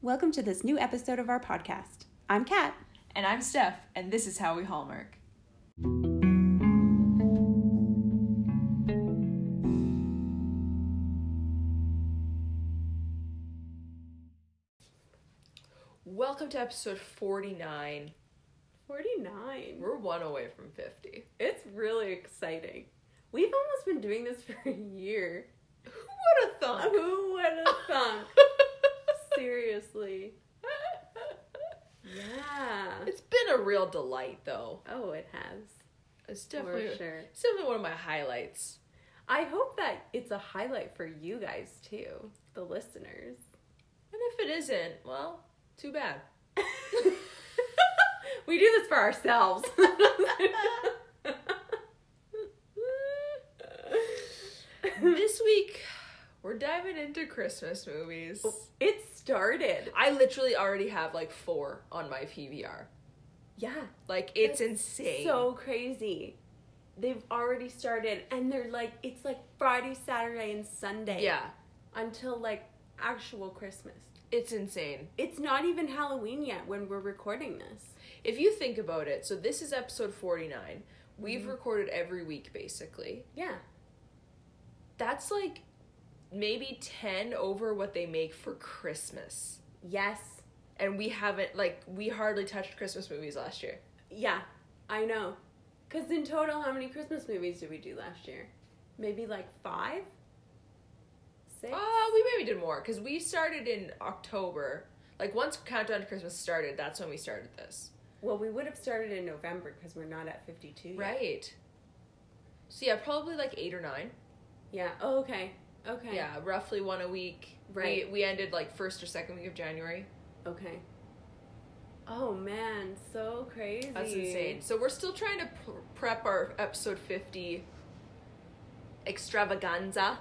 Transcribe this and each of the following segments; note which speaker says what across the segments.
Speaker 1: Welcome to this new episode of our podcast. I'm Kat.
Speaker 2: And I'm Steph, and this is how we hallmark. Welcome to episode 49.
Speaker 1: 49.
Speaker 2: We're one away from 50.
Speaker 1: It's really exciting. We've almost been doing this for a year.
Speaker 2: Who would have thunk?
Speaker 1: Who would have thunk? Seriously. Yeah.
Speaker 2: It's been a real delight, though.
Speaker 1: Oh, it has.
Speaker 2: It's definitely,
Speaker 1: For sure.
Speaker 2: it's definitely one of my highlights.
Speaker 1: I hope that it's a highlight for you guys too, the listeners.
Speaker 2: And if it isn't, well, too bad.
Speaker 1: we do this for ourselves.
Speaker 2: this week, we're diving into Christmas movies.
Speaker 1: it started.
Speaker 2: I literally already have like four on my PVR.
Speaker 1: Yeah.
Speaker 2: Like it's
Speaker 1: That's
Speaker 2: insane.
Speaker 1: So crazy. They've already started and they're like it's like Friday, Saturday and Sunday.
Speaker 2: yeah,
Speaker 1: Until like actual Christmas.
Speaker 2: it's insane.
Speaker 1: It's not even Halloween yet when we're recording this.
Speaker 2: If you think about it, so this is episode 49. We've
Speaker 1: Mm-hmm.
Speaker 2: recorded every week basically.
Speaker 1: Yeah.
Speaker 2: That's like maybe 10 over what they make for Christmas.
Speaker 1: Yes.
Speaker 2: And we haven't like we hardly touched Christmas movies last year.
Speaker 1: Yeah, I know. Because in total, how many Christmas movies did we do last year? Maybe like five? Six?
Speaker 2: Oh, we maybe did more cuz we started in October. Like once Countdown to Christmas started, that's when we started this.
Speaker 1: well, we would have started in November because we're not at 52 yet.
Speaker 2: Right. So yeah, probably like 8 or 9.
Speaker 1: Yeah. Oh, okay. Okay.
Speaker 2: Yeah, roughly one a week.
Speaker 1: Right.
Speaker 2: We, we ended like first or second week of January.
Speaker 1: Okay. Oh, man. So crazy.
Speaker 2: That's insane. So we're still trying to pr- prep our episode 50 extravaganza.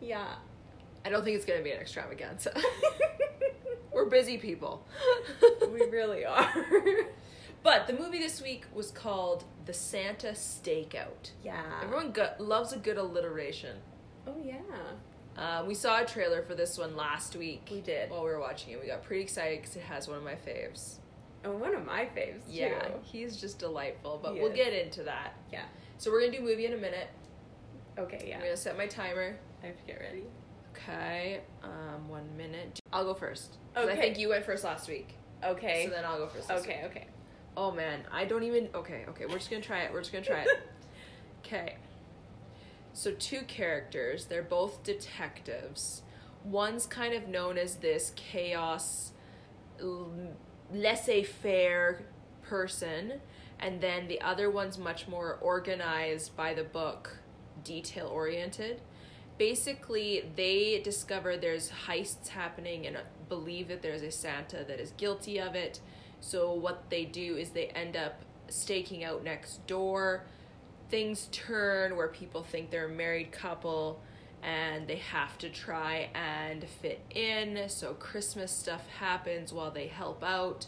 Speaker 1: Yeah.
Speaker 2: I don't think it's going to be an extravaganza. we're busy people.
Speaker 1: we really are.
Speaker 2: but the movie this week was called The Santa Stakeout.
Speaker 1: yeah.
Speaker 2: Everyone go- loves a good alliteration.
Speaker 1: Oh, yeah.
Speaker 2: Uh, we saw a trailer for this one last week.
Speaker 1: We did.
Speaker 2: While we were watching it, we got pretty excited because it has one of my faves.
Speaker 1: And one of my faves, too.
Speaker 2: Yeah, he's just delightful, but
Speaker 1: He
Speaker 2: we'll
Speaker 1: is.
Speaker 2: get into that.
Speaker 1: Yeah.
Speaker 2: So we're gonna do movie in a minute.
Speaker 1: Okay, yeah.
Speaker 2: I'm gonna set my timer.
Speaker 1: I have to get ready.
Speaker 2: Okay, um, one minute. I'll go first. 'Cause I
Speaker 1: Okay.
Speaker 2: think you went first last week.
Speaker 1: Okay.
Speaker 2: So then I'll go first. This Week.
Speaker 1: okay, okay.
Speaker 2: Oh man, I don't even. Okay, okay, we're just gonna try it. We're just gonna try it. Okay. So two characters. They're both detectives. One's kind of known as this chaos, laissez faire person, and then the other one's much more organized by the book, detail oriented. Basically, they discover there's heists happening and believe that there's a Santa that is guilty of it. So, what they do is they end up staking out next door. Things turn where people think they're a married couple and they have to try and fit in. So, Christmas stuff happens while they help out,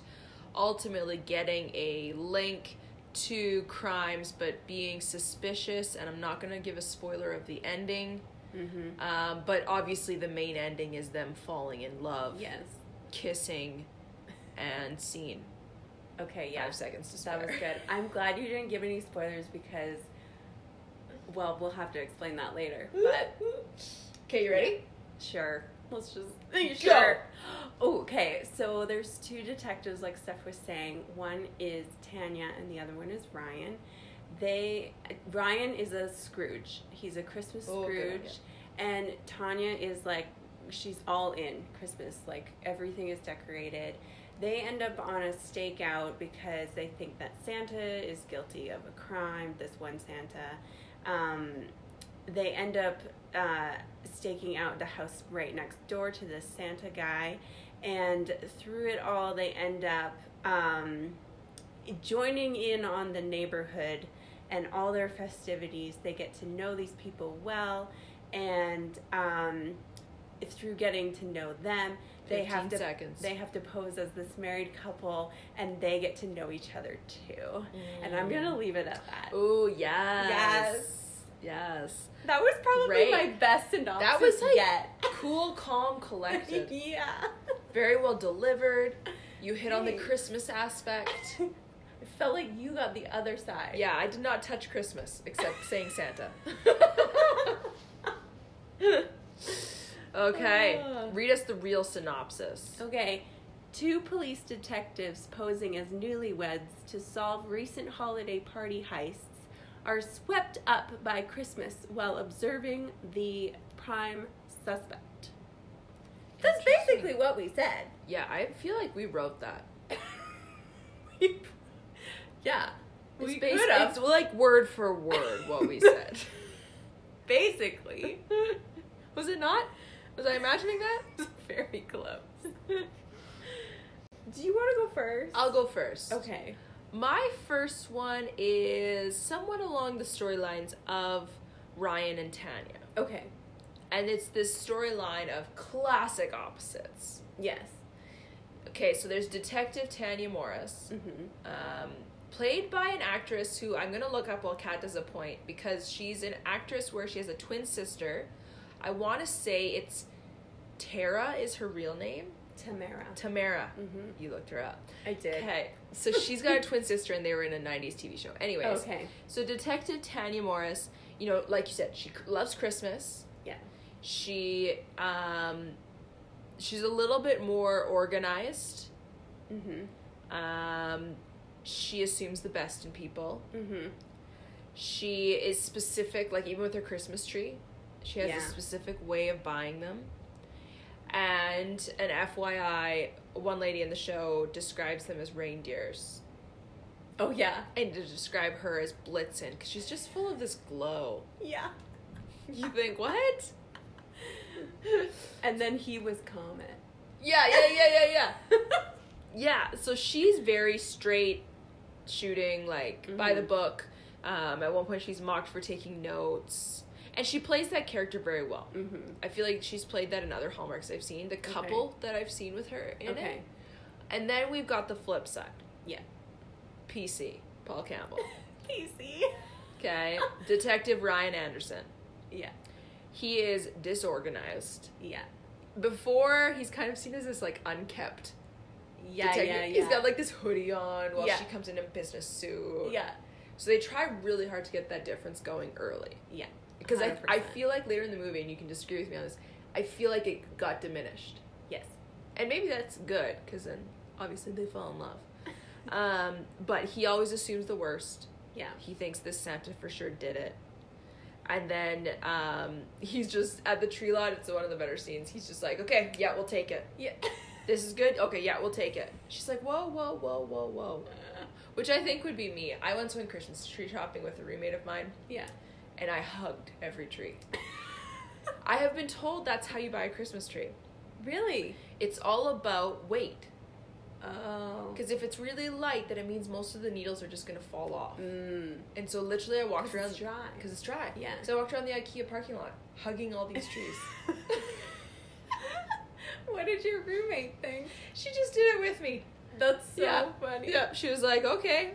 Speaker 2: ultimately, getting a link to crimes but being suspicious. And I'm not going to give a spoiler of the ending.
Speaker 1: Mm-hmm.
Speaker 2: Um, but obviously, the main ending is them falling in love,
Speaker 1: Yes.
Speaker 2: kissing, and scene
Speaker 1: Okay, yeah.
Speaker 2: five seconds to spare.
Speaker 1: That was good. I'm glad you didn't give any spoilers because, well, we'll have to explain that later. But
Speaker 2: okay, you ready?
Speaker 1: sure, let's
Speaker 2: Go.
Speaker 1: just sure. Oh, Okay, so there's two detectives, like Steph was saying. One is Tanya, and the other one is Ryan. They Ryan is a Scrooge. He's a Christmas
Speaker 2: Oh,
Speaker 1: Scrooge,
Speaker 2: good one,
Speaker 1: and Tanya is like she's all in Christmas. Like everything is decorated. They end up on a stakeout because they think that Santa is guilty of a crime. This one Santa. Um, they end up uh, staking out the house right next door to this Santa guy, and through it all, they end up um, joining in on the neighborhood and all their festivities. They get to know these people well, and um, through getting to know them, they have
Speaker 2: 15
Speaker 1: to
Speaker 2: seconds.
Speaker 1: they have to pose as this married couple, and they get to know each other too. And I'm gonna
Speaker 2: Mm.
Speaker 1: leave it at that.
Speaker 2: Oh yes,
Speaker 1: Yes.
Speaker 2: yes.
Speaker 1: That was probably
Speaker 2: Great.
Speaker 1: my best synopsis
Speaker 2: was, like,
Speaker 1: yet.
Speaker 2: Cool, calm, collected.
Speaker 1: yeah.
Speaker 2: very well delivered. You hit on the Christmas aspect.
Speaker 1: It felt like you got the other side.
Speaker 2: Yeah, I did not touch Christmas except saying Santa. okay,
Speaker 1: Ah.
Speaker 2: read us the real synopsis.
Speaker 1: Okay. Two police detectives posing as newlyweds to solve recent holiday party heists are swept up by Christmas while observing the prime suspect. That's
Speaker 2: Interesting.
Speaker 1: basically what we said.
Speaker 2: Yeah, I feel like we wrote that.
Speaker 1: yeah.
Speaker 2: It's,
Speaker 1: we
Speaker 2: basi-
Speaker 1: could have.
Speaker 2: it's like word for word what we said.
Speaker 1: Basically.
Speaker 2: Was it not? Was I imagining that?
Speaker 1: Very close. Do you want to go first?
Speaker 2: I'll go first.
Speaker 1: Okay.
Speaker 2: My first one is somewhat along the storylines of Ryan and Tanya.
Speaker 1: Okay.
Speaker 2: And it's this storyline of classic opposites.
Speaker 1: Yes.
Speaker 2: Okay, so there's Detective Tanya Morris,
Speaker 1: Mm-hmm.
Speaker 2: um, played by an actress who I'm going to look up while Kat does a point because she's an actress where she has a twin sister. I want to say it's Tara is her real name.
Speaker 1: Tamara.
Speaker 2: Tamara.
Speaker 1: Mm-hmm.
Speaker 2: You looked her up.
Speaker 1: I did.
Speaker 2: Okay, so she's got a twin sister and they were in a 90s TV show. Anyways,
Speaker 1: Okay.
Speaker 2: So Detective Tanya Morris, you know, like you said, she c- loves Christmas.
Speaker 1: Yeah.
Speaker 2: She um she's a little bit more organized.
Speaker 1: Mm-hmm.
Speaker 2: Um she assumes the best in people.
Speaker 1: Mm-hmm.
Speaker 2: She is specific like even with her Christmas tree, she has
Speaker 1: Yeah.
Speaker 2: a specific way of buying them. And an FYI, one lady in the show describes them as reindeers.
Speaker 1: Oh yeah.
Speaker 2: And to describe her as Blitzen, because she's just full of this glow.
Speaker 1: Yeah.
Speaker 2: You think, what?
Speaker 1: And then he was Comet.
Speaker 2: Yeah, yeah, yeah, yeah, yeah. Yeah, so she's very straight shooting, like by the
Speaker 1: Mhm.
Speaker 2: book. Um, at one point, she's mocked for taking notes. And she plays that character very well.
Speaker 1: mm-hmm.
Speaker 2: I feel like she's played that in other hallmarks I've seen, the couple that I've seen with her in
Speaker 1: Okay.
Speaker 2: it. And then we've got the flip side
Speaker 1: Yeah.
Speaker 2: PC, Paul Campbell.
Speaker 1: PC.
Speaker 2: Okay. Detective Ryan Anderson.
Speaker 1: Yeah.
Speaker 2: He is disorganized.
Speaker 1: Yeah.
Speaker 2: Before, he's kind of seen as this like unkept
Speaker 1: Yeah.
Speaker 2: detective.
Speaker 1: Yeah. Yeah.
Speaker 2: He's got like this hoodie on while
Speaker 1: Yeah.
Speaker 2: she comes in a business suit.
Speaker 1: yeah.
Speaker 2: So they try really hard to get that difference going early.
Speaker 1: Yeah.
Speaker 2: Because I, I
Speaker 1: 100%.
Speaker 2: feel like later in the movie, and you can disagree with me on this, I feel like it got diminished.
Speaker 1: Yes.
Speaker 2: And maybe that's good, because then obviously they fall in love. Um, but he always assumes the worst.
Speaker 1: Yeah.
Speaker 2: He thinks this Santa for sure did it. And then um, he's just at the tree lot. It's one of the better scenes. He's just like, okay, yeah, we'll take it.
Speaker 1: Yeah.
Speaker 2: This is good. Okay, yeah, we'll take it. She's like, whoa, whoa, whoa, whoa, whoa. Which I think would be me. I once went Christmas tree shopping with a roommate of mine,
Speaker 1: yeah.
Speaker 2: and I hugged every tree. I have been told that's how you buy a Christmas tree.
Speaker 1: really.
Speaker 2: It's all about weight.
Speaker 1: Oh.
Speaker 2: Because if it's really light, then it means most of the needles are just gonna fall off.
Speaker 1: Mm.
Speaker 2: And so literally, I walked
Speaker 1: 'Cause
Speaker 2: around
Speaker 1: it's dry.
Speaker 2: because it's dry.
Speaker 1: Yeah.
Speaker 2: So I walked around the IKEA parking lot, hugging all these trees.
Speaker 1: what did your roommate think?
Speaker 2: she just did it with me.
Speaker 1: That's so
Speaker 2: Yeah.
Speaker 1: funny.
Speaker 2: Yep. She was like, okay,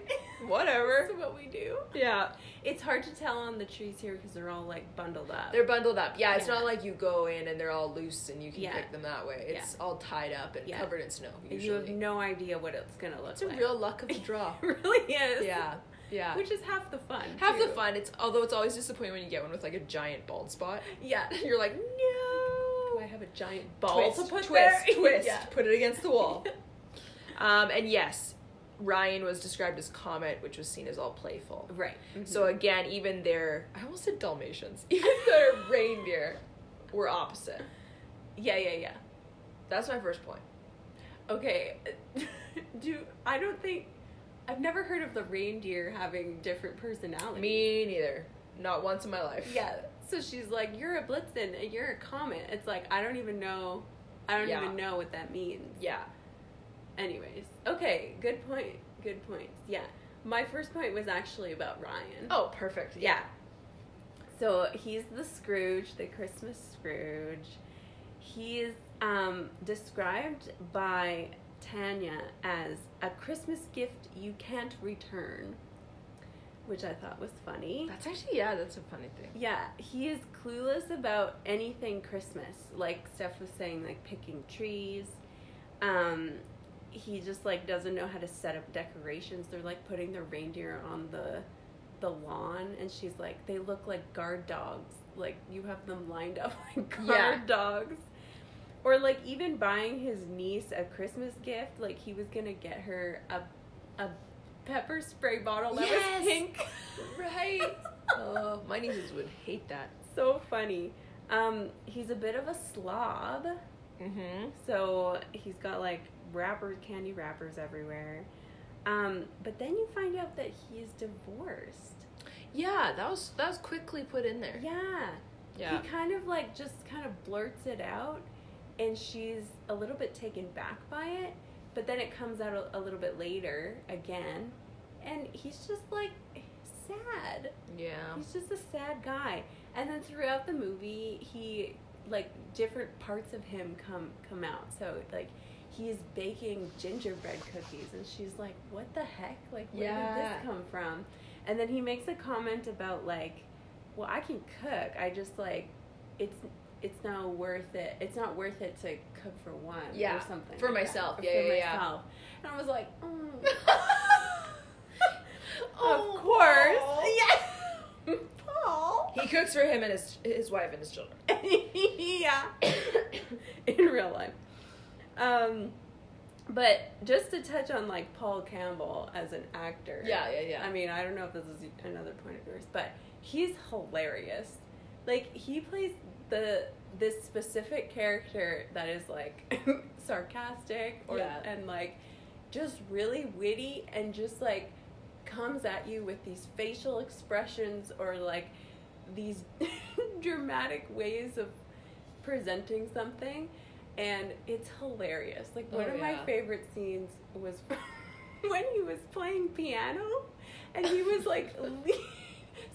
Speaker 2: whatever.
Speaker 1: That's what we do.
Speaker 2: Yeah.
Speaker 1: It's hard to tell on the trees here because they're all like bundled up.
Speaker 2: They're bundled up. Yeah, it's
Speaker 1: Yeah.
Speaker 2: not like you go in and they're all loose and you can
Speaker 1: Yeah.
Speaker 2: pick them that way. It's all tied up and
Speaker 1: Yeah.
Speaker 2: covered in snow.
Speaker 1: And you have
Speaker 2: Usually,
Speaker 1: no idea what it's gonna look
Speaker 2: it's a
Speaker 1: like.
Speaker 2: real luck of the draw.
Speaker 1: it really is.
Speaker 2: yeah, yeah.
Speaker 1: Which is half the fun.
Speaker 2: Have the
Speaker 1: too.
Speaker 2: fun. It's although it's always disappointing when you get one with like a giant bald spot.
Speaker 1: Yeah.
Speaker 2: You're like,
Speaker 1: Do
Speaker 2: no.
Speaker 1: I have a giant ball
Speaker 2: twist,
Speaker 1: to put
Speaker 2: twist,
Speaker 1: there?
Speaker 2: twist.
Speaker 1: Yeah.
Speaker 2: Put it against the wall. um, and yes, Ryan was described as Comet, which was seen as all playful.
Speaker 1: Right. Mm-hmm.
Speaker 2: So again, even their I almost said Dalmatians, even their reindeer were opposite.
Speaker 1: yeah, yeah, yeah.
Speaker 2: That's my first point.
Speaker 1: Okay. Do I don't think I've never heard of the reindeer having different personalities.
Speaker 2: Me neither. Not once in my life.
Speaker 1: Yeah. So she's like, "You're a blitzen and you're a comet." It's like I don't even know. I don't
Speaker 2: Yeah.
Speaker 1: even know what that means.
Speaker 2: Yeah.
Speaker 1: Anyways, okay, good point. Good points. Yeah. My first point was actually about Ryan.
Speaker 2: Oh, perfect.
Speaker 1: yeah. So he's the Scrooge, the Christmas Scrooge. He's um, described by Tanya as a Christmas gift you can't return, which I thought was funny.
Speaker 2: That's actually yeah, that's a funny thing.
Speaker 1: Yeah, he is clueless about anything Christmas, like Steph was saying, like picking trees. Um, he just like doesn't know how to set up decorations. They're like putting the reindeer on the the lawn, and she's like, they look like guard dogs. Like you have them lined up like guard
Speaker 2: Yeah.
Speaker 1: dogs. Or like even buying his niece a Christmas gift, like he was gonna get her a a pepper spray bottle that
Speaker 2: Yes!
Speaker 1: was pink.
Speaker 2: Right. oh, my nieces would hate that.
Speaker 1: so funny. Um, he's a bit of a slob,
Speaker 2: Mm-hmm.
Speaker 1: so he's got like wrappers, candy wrappers everywhere. Um, but then you find out that he's divorced.
Speaker 2: Yeah, that was that was quickly put in there.
Speaker 1: Yeah.
Speaker 2: Yeah.
Speaker 1: He kind of like just kind of blurts it out, and she's a little bit taken back by it. But then it comes out a, a little bit later again, and he's just like sad.
Speaker 2: Yeah.
Speaker 1: He's just a sad guy. And then throughout the movie, he like different parts of him come come out. So like he's baking gingerbread cookies and she's like, "What the heck? Like where
Speaker 2: Yeah.
Speaker 1: did this come from?" And then he makes a comment about like, "Well, I can cook. I just like it's it's not worth it. It's not worth it to cook for one
Speaker 2: Yeah.
Speaker 1: or something
Speaker 2: For
Speaker 1: like that.
Speaker 2: myself.
Speaker 1: Or
Speaker 2: Yeah,
Speaker 1: for
Speaker 2: yeah, yeah.
Speaker 1: myself." And I was like, mm.
Speaker 2: Oh,
Speaker 1: "Of course,
Speaker 2: Paul.
Speaker 1: yeah, Paul."
Speaker 2: oh. He cooks for him and his his wife and his children.
Speaker 1: yeah. In real life. Um but just to touch on like Paul Campbell as an actor.
Speaker 2: Yeah, yeah, yeah.
Speaker 1: I mean, I don't know if this is another point of yours, but he's hilarious. Like he plays the this specific character that is like sarcastic or
Speaker 2: Yeah.
Speaker 1: and like just really witty and just like comes at you with these facial expressions or like these dramatic ways of presenting something and it's hilarious like one
Speaker 2: Oh,
Speaker 1: of
Speaker 2: yeah.
Speaker 1: my favorite scenes was when he was playing piano and he was like le-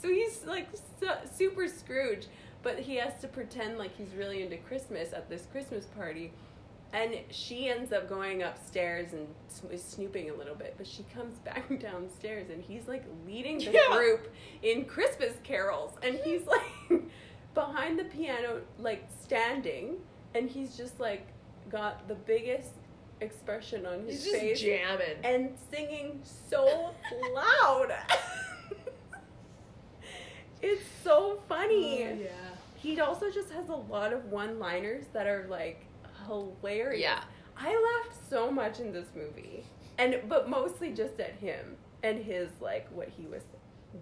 Speaker 1: so he's like su- super scrooge but he has to pretend like he's really into christmas at this christmas party and she ends up going upstairs and s- is snooping a little bit, but she comes back downstairs and he's like leading the
Speaker 2: Yeah.
Speaker 1: group in Christmas carols. And he's like behind the piano, like standing, and he's just like got the biggest expression on his
Speaker 2: He's just
Speaker 1: face
Speaker 2: jamming.
Speaker 1: and singing so loud. it's so funny
Speaker 2: Oh, yeah.
Speaker 1: he also just has a lot of one liners that are like hilarious.
Speaker 2: Yeah.
Speaker 1: I laughed so much in this movie. And but mostly just at him and his like what he was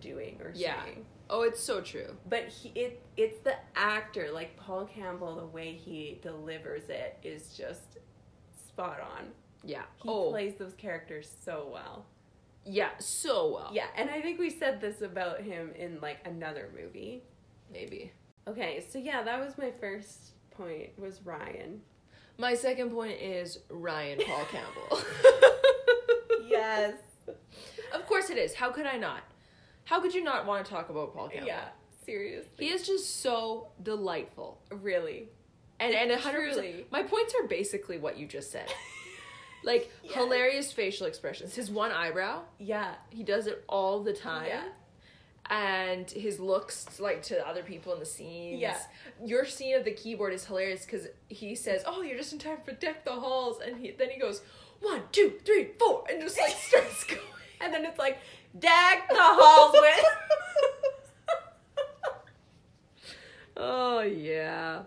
Speaker 1: doing or
Speaker 2: Yeah.
Speaker 1: saying.
Speaker 2: Oh, it's so true.
Speaker 1: But he it it's the actor, like Paul Campbell, the way he delivers it is just spot on.
Speaker 2: Yeah.
Speaker 1: He
Speaker 2: oh,
Speaker 1: plays those characters so well.
Speaker 2: yeah. So well.
Speaker 1: Yeah, and I think we said this about him in like another movie.
Speaker 2: Maybe.
Speaker 1: Okay, so yeah, that was my first point was Ryan.
Speaker 2: My second point is Ryan Paul Campbell.
Speaker 1: yes.
Speaker 2: Of course it is. How could I not? How could you not want to talk about Paul Campbell?
Speaker 1: Yeah. Seriously.
Speaker 2: He is just so delightful.
Speaker 1: really.
Speaker 2: And and a hundred
Speaker 1: Truly.
Speaker 2: percent. My points are basically what you just said. Like
Speaker 1: Yes.
Speaker 2: hilarious facial expressions. His one eyebrow,
Speaker 1: Yeah.
Speaker 2: he does it all the time.
Speaker 1: Yeah.
Speaker 2: And his looks like to other people in the scenes.
Speaker 1: Yeah.
Speaker 2: Your scene of the keyboard is hilarious because he says, "Oh, you're just in time for deck the halls," and he then he goes, one, two, three, four, and just like starts going.
Speaker 1: And then it's like deck the halls with
Speaker 2: Oh yeah.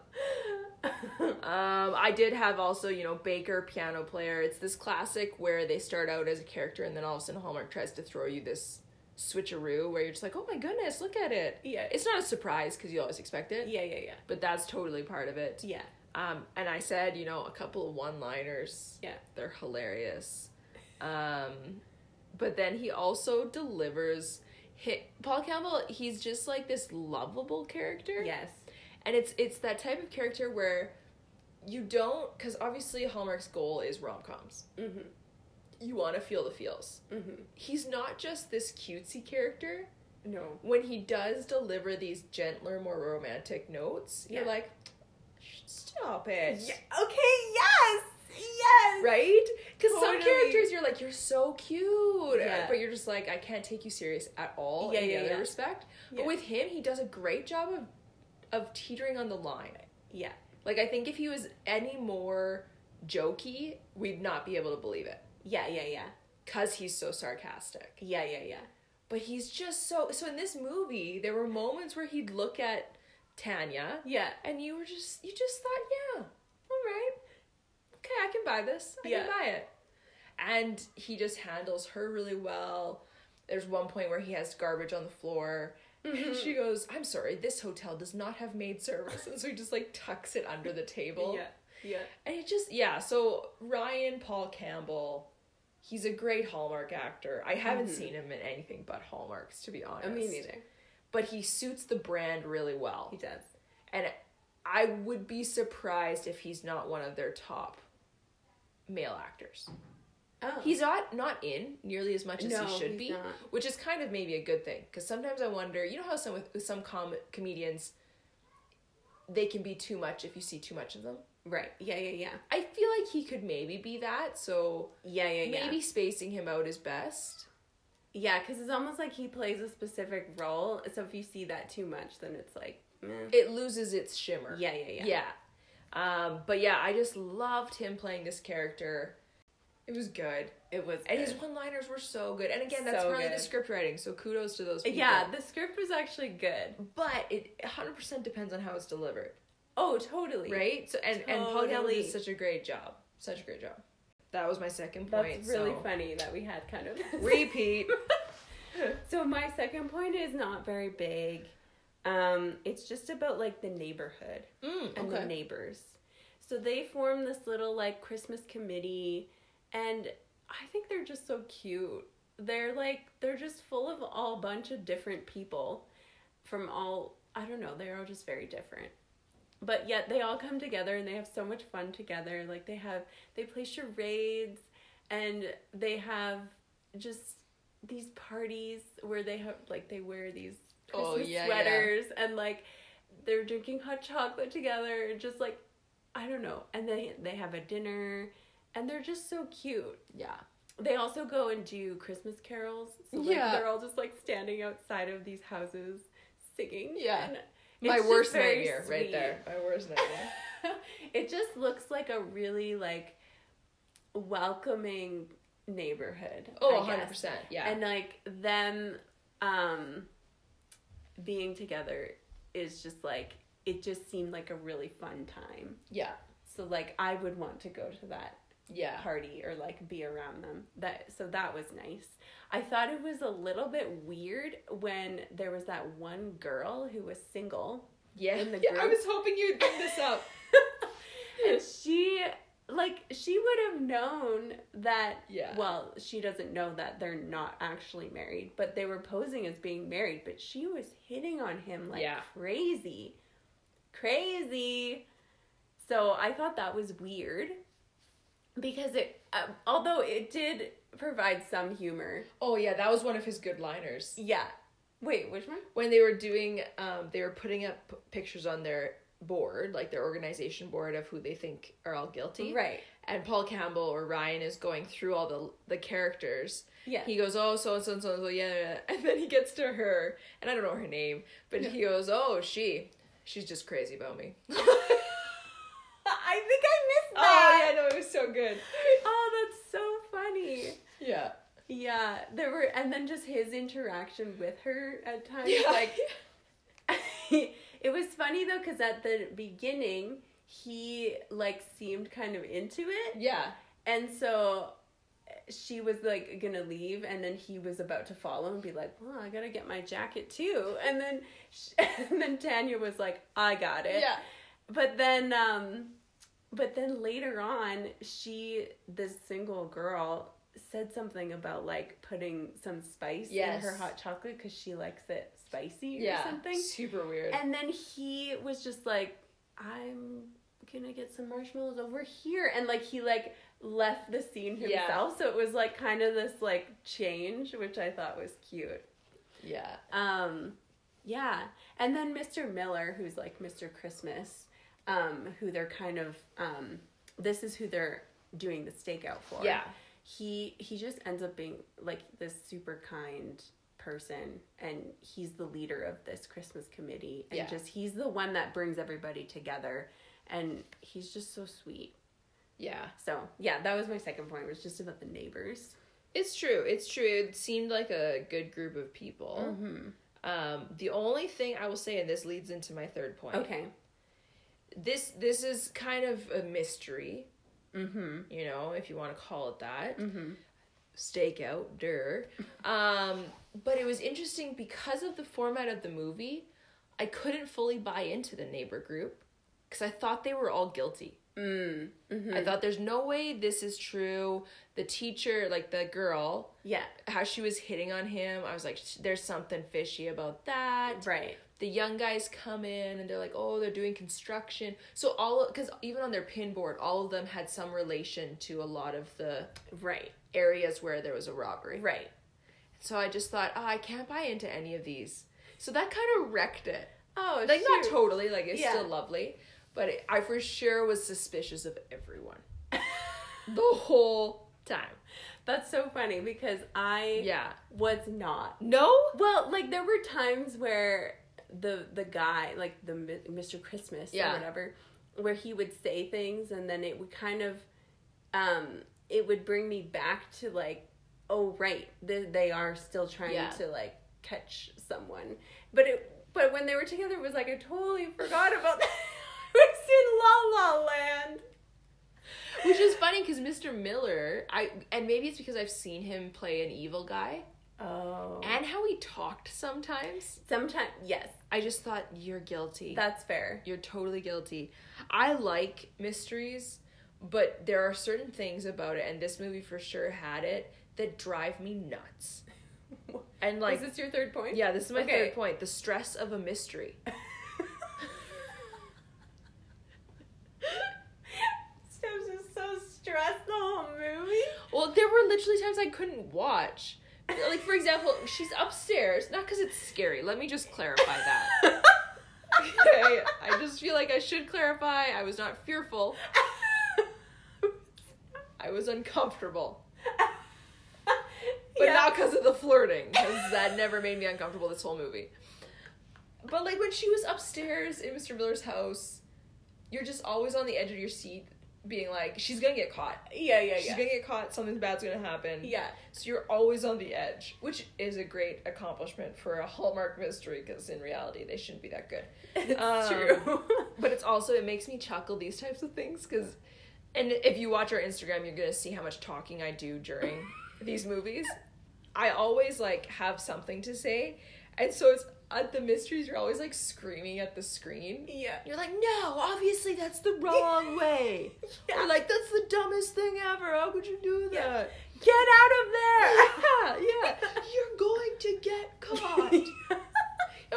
Speaker 2: Um, I did have also, you know, Baker piano player. It's this classic where they start out as a character and then all of a sudden Hallmark tries to throw you this switcheroo where you're just like, oh my goodness, look at it.
Speaker 1: Yeah.
Speaker 2: It's not a surprise because you always expect it,
Speaker 1: Yeah, yeah, yeah.
Speaker 2: but that's totally part of it.
Speaker 1: Yeah.
Speaker 2: Um, and I said, you know, a couple of one liners.
Speaker 1: Yeah.
Speaker 2: They're hilarious. Um, but then he also delivers. Hit Paul Campbell. He's just like this lovable character
Speaker 1: Yes.
Speaker 2: and it's it's that type of character where you don't because obviously hallmark's goal is rom-coms
Speaker 1: Mhm.
Speaker 2: you want to feel the feels
Speaker 1: Mhm.
Speaker 2: he's not just this cutesy character
Speaker 1: No.
Speaker 2: when he does deliver these gentler more romantic notes you're
Speaker 1: Yeah.
Speaker 2: like "Sh- stop it
Speaker 1: Okay, yes. Yes.
Speaker 2: right because some
Speaker 1: Totally.
Speaker 2: characters you're like you're so cute
Speaker 1: Yeah.
Speaker 2: but you're just like i can't take you serious at all
Speaker 1: Yeah,
Speaker 2: in any
Speaker 1: yeah,
Speaker 2: other
Speaker 1: yeah.
Speaker 2: respect
Speaker 1: Yeah.
Speaker 2: but with him he does a great job of of teetering on the line
Speaker 1: Yeah.
Speaker 2: Like I think if he was any more jokey, we'd not be able to believe it
Speaker 1: Yeah, yeah, yeah.
Speaker 2: because he's so sarcastic.
Speaker 1: Yeah, yeah, yeah.
Speaker 2: But he's just so. So in this movie, there were moments where he'd look at Tanya
Speaker 1: Yeah.
Speaker 2: and you were just, you just thought, yeah, all right. Okay, I can buy this. I
Speaker 1: Yeah.
Speaker 2: can buy it. And he just handles her really well. There's one point where he has garbage on the floor.
Speaker 1: Mm-hmm.
Speaker 2: And she goes, I'm sorry, this hotel does not have maid service. And so he just like tucks it under the table.
Speaker 1: Yeah. Yeah.
Speaker 2: And it just, yeah, so Ryan Paul Campbell, he's a great Hallmark actor. I haven't seen him in anything but Hallmarks, to be honest.
Speaker 1: Uh, Me Mm-hmm. neither.
Speaker 2: But he suits the brand really well.
Speaker 1: He does.
Speaker 2: And I would be surprised if he's not one of their top male actors.
Speaker 1: Oh.
Speaker 2: He's not, not in nearly as much as
Speaker 1: No,
Speaker 2: he should
Speaker 1: he's
Speaker 2: be,
Speaker 1: not.
Speaker 2: which is kind of maybe a good thing. Because sometimes I wonder, you know how some, with some com- comedians, they can be too much if you see too much of them?
Speaker 1: right. Yeah, yeah, yeah.
Speaker 2: I feel like he could maybe be that, so
Speaker 1: Yeah, yeah, yeah.
Speaker 2: maybe spacing him out is best.
Speaker 1: Yeah, because it's almost like he plays a specific role. So if you see that too much, then it's like, meh.
Speaker 2: It loses its shimmer.
Speaker 1: yeah, yeah, yeah,
Speaker 2: Yeah. Um, but yeah, I just loved him playing this character. It was good.
Speaker 1: It was.
Speaker 2: And his
Speaker 1: good.
Speaker 2: one liners were so good. And again, that's
Speaker 1: So
Speaker 2: really the
Speaker 1: good.
Speaker 2: script writing, so kudos to those people.
Speaker 1: yeah, the script was actually good.
Speaker 2: But it 100% depends on how it's delivered,
Speaker 1: Oh, totally.
Speaker 2: right? So and, and Paul Campbell
Speaker 1: Totally.
Speaker 2: did such a great job. Such a great job. That was my second
Speaker 1: That's
Speaker 2: point.
Speaker 1: really
Speaker 2: so.
Speaker 1: funny that we had kind of.
Speaker 2: Repeat.
Speaker 1: so my second point is not very big. Um, it's just about like the neighborhood
Speaker 2: Mm,
Speaker 1: and the
Speaker 2: okay.
Speaker 1: neighbors. So they form this little like Christmas committee, and I think they're just so cute. They're like they're just full of all bunch of different people from all I don't know, they're all just very different. But yet they all come together and they have so much fun together. Like they have they play charades and they have just these parties where they have like they wear these
Speaker 2: Oh,
Speaker 1: Christmas
Speaker 2: yeah, yeah.
Speaker 1: sweaters and like they're drinking hot chocolate together and just like I don't know. And they they have a dinner and they're just so cute.
Speaker 2: Yeah.
Speaker 1: They also go and do Christmas carols. So like,
Speaker 2: Yeah.
Speaker 1: they're all just like standing outside of these houses singing.
Speaker 2: Yeah.
Speaker 1: And
Speaker 2: My
Speaker 1: it's just
Speaker 2: worst
Speaker 1: very
Speaker 2: nightmare, right
Speaker 1: sweet.
Speaker 2: there. My worst nightmare.
Speaker 1: it just looks like a really like welcoming neighborhood.
Speaker 2: Oh,
Speaker 1: I guess.
Speaker 2: 100%. Yeah.
Speaker 1: And like them um being together is just like it just seemed like a really fun time.
Speaker 2: yeah.
Speaker 1: So like I would want to go to that
Speaker 2: Yeah.
Speaker 1: party or like be around them. That so that was nice. I thought it was a little bit weird when there was that one girl who was single
Speaker 2: Yeah.
Speaker 1: in the
Speaker 2: yeah I
Speaker 1: group.
Speaker 2: was hoping you'd bring this up.
Speaker 1: and she like she would have known that
Speaker 2: Yeah.
Speaker 1: well, she doesn't know that they're not actually married, but they were posing as being married, but she was hitting on him like
Speaker 2: Yeah.
Speaker 1: crazy. Crazy. So I thought that was weird because it uh, although it did provide some humor.
Speaker 2: Oh, yeah. That was one of his good liners.
Speaker 1: Yeah. Wait, which one?
Speaker 2: When they were doing, um, they were putting up p- pictures on their board, like their organization board of who they think are all guilty.
Speaker 1: Right.
Speaker 2: And Paul Campbell or Ryan is going through all the the characters.
Speaker 1: Yeah.
Speaker 2: He goes, oh, so and so and so and so, yeah, yeah, yeah. And then he gets to her, and I don't know her name, but he goes, oh, she, she's just crazy about me.
Speaker 1: I think I missed
Speaker 2: Oh,
Speaker 1: that.
Speaker 2: yeah, no, it was so good.
Speaker 1: oh, that's so funny.
Speaker 2: Yeah.
Speaker 1: Yeah, there were, and then just his interaction with her at times.
Speaker 2: Yeah.
Speaker 1: Like, it was funny though, because at the beginning, he like seemed kind of into it.
Speaker 2: yeah.
Speaker 1: And so she was like gonna leave, and then he was about to follow and be like, Well, I gotta get my jacket too. And then, sh and then Tanya was like, I got it
Speaker 2: Yeah.
Speaker 1: but then um but then later on she this single girl said something about like putting some spice
Speaker 2: Yes.
Speaker 1: in her hot chocolate because she likes it spicy or
Speaker 2: Yeah.
Speaker 1: something
Speaker 2: Super weird.
Speaker 1: and then he was just like i'm gonna get some marshmallows over here and like he like left the scene
Speaker 2: Yeah.
Speaker 1: himself so it was like kind of this like change which i thought was cute
Speaker 2: yeah.
Speaker 1: um, yeah, and then Mr. Miller, who's like Mr. Christmas, um, who they're kind of um, this is who they're doing the stakeout for.
Speaker 2: Yeah.
Speaker 1: he he just ends up being like this super kind person, and he's the leader of this Christmas committee, and
Speaker 2: Yeah.
Speaker 1: just he's the one that brings everybody together, and he's just so sweet.
Speaker 2: Yeah.
Speaker 1: So yeah, that was my second point. Was just about the neighbors.
Speaker 2: It's true. It's true. It seemed like a good group of people.
Speaker 1: Mm-hmm.
Speaker 2: Um, the only thing I will say, and this leads into my third point.
Speaker 1: Okay.
Speaker 2: This this is kind of a mystery,
Speaker 1: Mm-hmm.
Speaker 2: you know, if you want to call it that.
Speaker 1: Mm-hmm.
Speaker 2: Stakeout, der. Um, but it was interesting because of the format of the movie. I couldn't fully buy into the neighbor group because I thought they were all guilty.
Speaker 1: Mm. Mm-hmm.
Speaker 2: I thought there's no way this is true. The teacher, like the girl,
Speaker 1: Yeah.
Speaker 2: how she was hitting on him, I was like, "Sh- there's something fishy about that.
Speaker 1: Right.
Speaker 2: The young guys come in and they're like, oh, they're doing construction. So all, because even on their pin board, all of them had some relation to a lot of the
Speaker 1: Right.
Speaker 2: areas where there was a robbery.
Speaker 1: Right.
Speaker 2: So I just thought, oh, I can't buy into any of these. So that kind of wrecked it.
Speaker 1: Oh,
Speaker 2: Like, not totally, like, it's
Speaker 1: Yeah.
Speaker 2: still lovely, but it, I for sure was suspicious of everyone the whole time.
Speaker 1: That's so funny because I
Speaker 2: Yeah.
Speaker 1: was not.
Speaker 2: No?
Speaker 1: Well, like there were times where the the guy, like the Mi- Mr. Christmas
Speaker 2: Yeah.
Speaker 1: or whatever, where he would say things and then it would kind of um it would bring me back to like oh right, they, they are still trying
Speaker 2: Yeah.
Speaker 1: to like catch someone. But it but when they were together it was like I totally forgot about that. It's in La La Land.
Speaker 2: Which is funny because Mr. Miller, I and maybe it's because I've seen him play an evil guy
Speaker 1: Oh.
Speaker 2: and how he talked sometimes.
Speaker 1: Sometimes yes,
Speaker 2: I just thought you're guilty.
Speaker 1: that's fair.
Speaker 2: you're totally guilty. I like mysteries, but there are certain things about it, and this movie for sure had it that drive me nuts. And like,
Speaker 1: is this your third point?
Speaker 2: yeah, this is my
Speaker 1: Okay.
Speaker 2: third point: the stress of a mystery.
Speaker 1: Steps is so stressed the whole movie.
Speaker 2: Well, there were literally times I couldn't watch. Like for example, she's upstairs, not because it's scary. Let me just clarify that. okay. I just feel like I should clarify. I was not fearful. I was uncomfortable, but not because of the flirting, because that never made me uncomfortable this whole movie. But like when she was upstairs in Mr. Miller's house, you're just always on the edge of your seat, being like, "She's gonna get caught.
Speaker 1: Yeah, yeah,
Speaker 2: She's
Speaker 1: yeah.
Speaker 2: gonna get caught. Something bad's gonna happen."
Speaker 1: yeah.
Speaker 2: So you're always on the edge, which is a great accomplishment for a Hallmark mystery, because in reality they shouldn't be that good.
Speaker 1: It's
Speaker 2: Um,
Speaker 1: true.
Speaker 2: But it's also it makes me chuckle these types of things because, and if you watch our Instagram, you're gonna see how much talking I do during these movies. I always like have something to say, and so it's at the mysteries. You're always like screaming at the screen.
Speaker 1: yeah.
Speaker 2: You're like, no, obviously that's the wrong way. Or like that's the dumbest thing ever. How could you do
Speaker 1: Yeah.
Speaker 2: that?
Speaker 1: Get out
Speaker 2: Yeah, yeah. You're going to get
Speaker 1: of
Speaker 2: caught.
Speaker 1: there!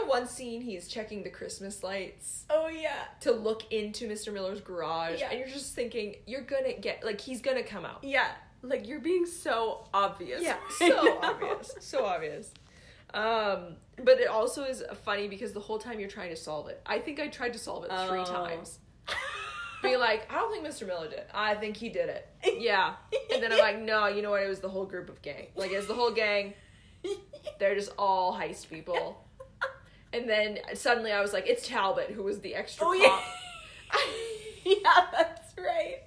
Speaker 2: In one scene, he's checking the Christmas lights
Speaker 1: oh, yeah.
Speaker 2: to look into Mr. Miller's garage,
Speaker 1: Yeah.
Speaker 2: and you're just thinking you're gonna get like he's gonna come out.
Speaker 1: Yeah. Like, you're being so obvious. right
Speaker 2: so
Speaker 1: now.
Speaker 2: obvious, so obvious. Um, but it also is funny because the whole time you're trying to solve it. I think I tried to solve it three
Speaker 1: Oh.
Speaker 2: times. Be like, I don't think Mr. Miller did. it. I think he did it. Yeah. And then I'm like, no, you know what? It was the whole group of gang. Like it's the whole gang. They're just all heist
Speaker 1: Oh,
Speaker 2: people. And then suddenly I was like, it's Talbot who was the extra
Speaker 1: oh,
Speaker 2: cop.
Speaker 1: yeah. yeah, that's right.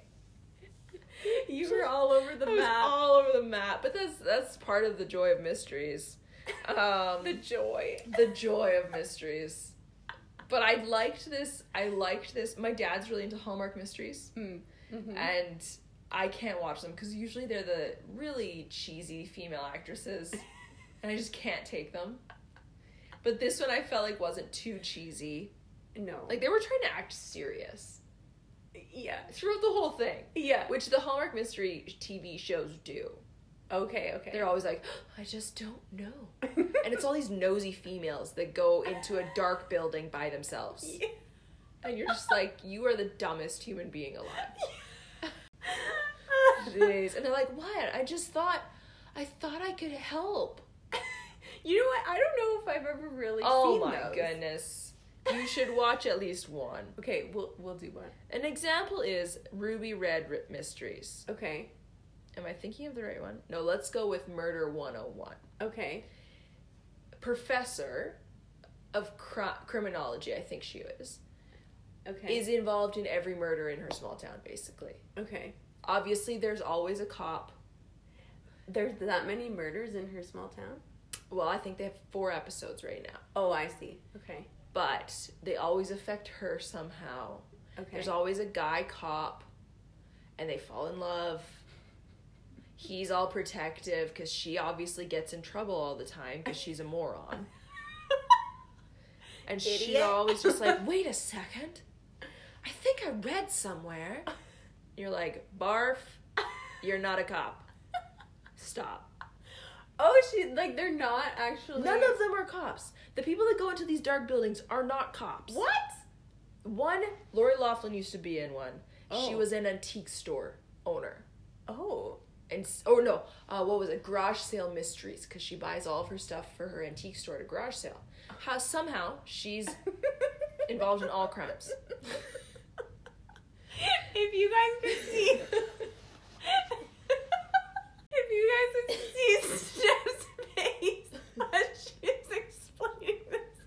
Speaker 1: You were all over the
Speaker 2: I was
Speaker 1: map.
Speaker 2: all over the map. But that's that's part of the joy of mysteries. Um,
Speaker 1: the
Speaker 2: the,
Speaker 1: joy.
Speaker 2: joy of mysteries. But I liked this. I liked this. My dad's really into Hallmark mysteries, and I can't watch them because usually they're the really cheesy female actresses, and I just can't take them. But this one I felt like wasn't too cheesy.
Speaker 1: No.
Speaker 2: Like they were trying to act serious
Speaker 1: yeah.
Speaker 2: throughout the whole thing,
Speaker 1: Yeah.
Speaker 2: which the Hallmark mystery TV shows do.
Speaker 1: Okay, okay.
Speaker 2: They're always like, I just don't know. And it's all these nosy females that go into a dark building by themselves.
Speaker 1: Yeah.
Speaker 2: And you're just like, you are the dumbest human being alive. Jeez. And they're like, what? I just thought, I thought I could help.
Speaker 1: you know what? I don't know if I've ever really
Speaker 2: oh
Speaker 1: seen
Speaker 2: my
Speaker 1: those.
Speaker 2: goodness. You should watch at least one.
Speaker 1: Okay, we'll we'll do one.
Speaker 2: An example is Ruby Red Ri- Mysteries.
Speaker 1: Okay.
Speaker 2: Am I thinking of the right one? No, let's go with Murder 101.
Speaker 1: Okay.
Speaker 2: Professor of cri- criminology, I think she is.
Speaker 1: Okay.
Speaker 2: is involved in every murder in her small town, basically.
Speaker 1: okay.
Speaker 2: Obviously, there's always a cop.
Speaker 1: There's that many murders in her small town?
Speaker 2: Well, I think they have four episodes right now,
Speaker 1: Oh, I see. Okay.
Speaker 2: but they always affect her somehow.
Speaker 1: Okay.
Speaker 2: There's always a guy cop, and they fall in love. He's all protective because she obviously gets in trouble all the time because she's a moron. And she's
Speaker 1: Idiot.
Speaker 2: always just like, wait a second. I think I read somewhere. You're like, barf, you're not a cop. Stop.
Speaker 1: Oh, she like they're not actually
Speaker 2: None of them are cops. The people that go into these dark buildings are not cops.
Speaker 1: What?
Speaker 2: One, Lori Laughlin used to be in one. She
Speaker 1: Oh.
Speaker 2: was an antique store owner.
Speaker 1: Oh.
Speaker 2: and s- oh no, uh, what was it? Garage sale mysteries because she buys all of her stuff for her antique store at a garage sale. How somehow she's involved in all crimes.
Speaker 1: If you guys could see If you guys could see Steph's face as she's explaining this.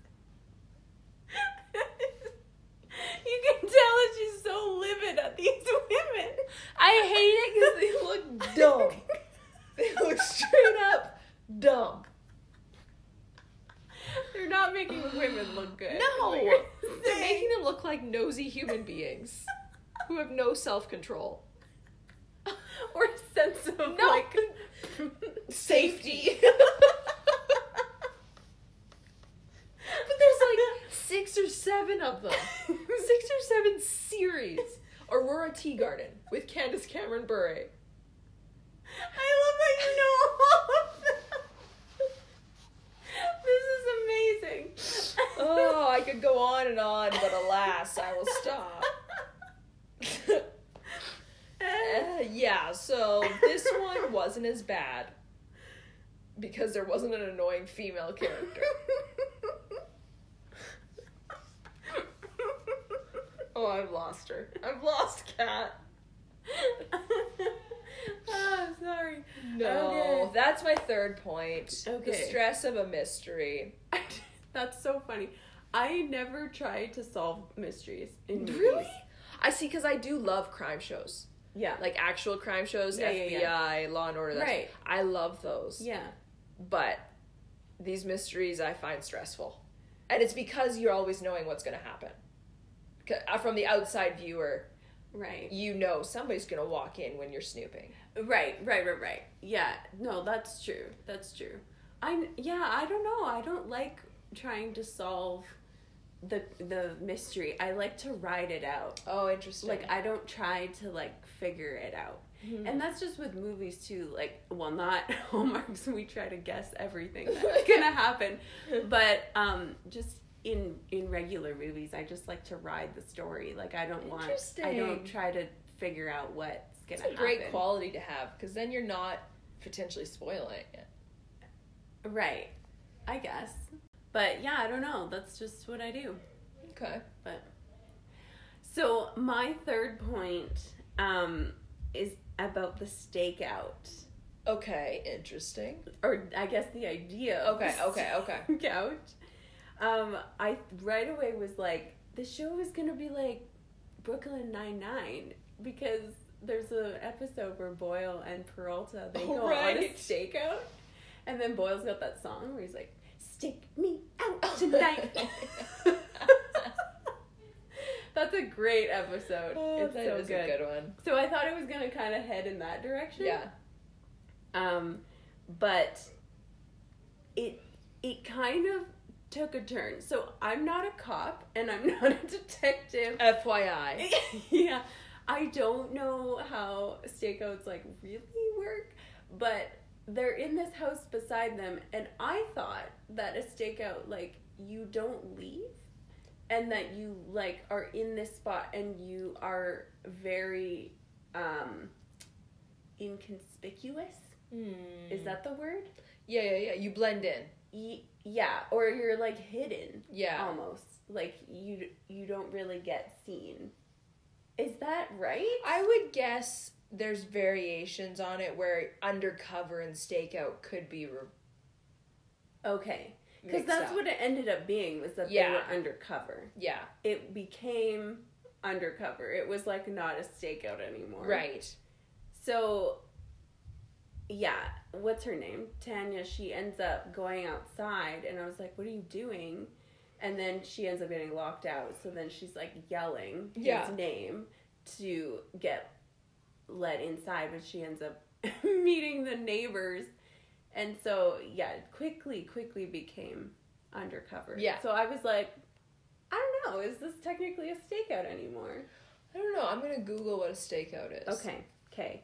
Speaker 1: You can tell that she's so livid at these women.
Speaker 2: I hate it because they look dumb. They look straight up dumb.
Speaker 1: They're not making women look good.
Speaker 2: No,
Speaker 1: Is what you're
Speaker 2: they're
Speaker 1: saying.
Speaker 2: making them look like nosy human beings who have no self control.
Speaker 1: or a sense of
Speaker 2: No.
Speaker 1: like
Speaker 2: Safety.
Speaker 1: but
Speaker 2: There's like six or seven of them. Six or seven series. Aurora Tea Garden with Candace Cameron Bure.
Speaker 1: I love that you know all of them. This is amazing.
Speaker 2: Oh, I could go on and on, but alas, I will stop. Eh. Uh, yeah, so this one wasn't as bad because there wasn't an annoying female character. Oh, I've lost her. I've lost Cat.
Speaker 1: oh, sorry.
Speaker 2: No,
Speaker 1: Okay.
Speaker 2: that's my third point. The
Speaker 1: Okay.
Speaker 2: stress of a mystery.
Speaker 1: That's so funny. I never try to solve mysteries in movies.
Speaker 2: I see, because I do love crime shows.
Speaker 1: Yeah.
Speaker 2: Like actual crime shows,
Speaker 1: Yeah, yeah,
Speaker 2: FBI, Law and Order. that-
Speaker 1: Right.
Speaker 2: I love those.
Speaker 1: yeah.
Speaker 2: But these mysteries I find stressful. And it's because you're always knowing what's going to happen. 'Cause, uh, From the outside viewer,
Speaker 1: Right.
Speaker 2: you know somebody's going to walk in when you're snooping.
Speaker 1: Right, right, right, right. Yeah. No, that's true. That's true. I yeah, I don't know. I don't like trying to solve the the mystery. I like to ride it out.
Speaker 2: Oh, interesting. Mm-hmm.
Speaker 1: Like I don't try to like figure it out.
Speaker 2: Mm.
Speaker 1: And that's just with movies too. Like, well, not Hallmarks. We try to guess everything that's gonna happen, but um, just in in regular movies, I just like to ride the story. Like, I don't want. I
Speaker 2: Interesting.
Speaker 1: don't try to figure out what's gonna
Speaker 2: it's a great
Speaker 1: happen.
Speaker 2: quality to have because then you're not potentially spoiling it.
Speaker 1: Right. I guess. But yeah, I don't know. That's just what I do.
Speaker 2: Okay.
Speaker 1: But so my third point um is about the stakeout.
Speaker 2: Okay, interesting.
Speaker 1: Or I guess the idea. of
Speaker 2: Okay,
Speaker 1: the
Speaker 2: okay, okay.
Speaker 1: Stakeout. Um I right away was like the show is going to be like Brooklyn 99 because there's an episode where Boyle and Peralta they
Speaker 2: Oh,
Speaker 1: go on a
Speaker 2: right.
Speaker 1: stakeout and then Boyle's got that song where he's like, "Stake me out tonight." That's a great episode.
Speaker 2: Oh,
Speaker 1: it's
Speaker 2: that
Speaker 1: so
Speaker 2: is
Speaker 1: good.
Speaker 2: a good one.
Speaker 1: So I thought it was gonna kind of head in that direction.
Speaker 2: Yeah.
Speaker 1: Um, but it it kind of took a turn. So I'm not a cop and I'm not a detective.
Speaker 2: FYI.
Speaker 1: yeah, I don't know how stakeouts like really work, but they're in this house beside them, and I thought that a stakeout like you don't leave, and that you like are in this spot and you are very um inconspicuous.
Speaker 2: Mm.
Speaker 1: Is that the word?
Speaker 2: Hmm. Yeah, yeah, yeah. You blend in.
Speaker 1: Y- yeah, or you're like hidden
Speaker 2: Yeah.
Speaker 1: almost, like you you don't really get seen. Is that right?
Speaker 2: I would guess there's variations on it where undercover and stakeout could be re-
Speaker 1: Okay. Because
Speaker 2: mixed
Speaker 1: that's
Speaker 2: up.
Speaker 1: what it ended up being was that they
Speaker 2: Yeah.
Speaker 1: were undercover.
Speaker 2: Yeah.
Speaker 1: It became undercover. It was like not a stakeout anymore.
Speaker 2: Right.
Speaker 1: So, yeah, what's her name? Tanya. She ends up going outside, and I was like, "What are you doing?" And then she ends up getting locked out. So then she's like yelling
Speaker 2: Yeah.
Speaker 1: his name to get let inside, but she ends up meeting the neighbors. And so, yeah, it quickly, quickly became undercover.
Speaker 2: Yeah.
Speaker 1: So I was like, I don't know, is this technically a stakeout anymore?
Speaker 2: I don't know. I'm gonna Google what a stakeout is.
Speaker 1: Okay, okay.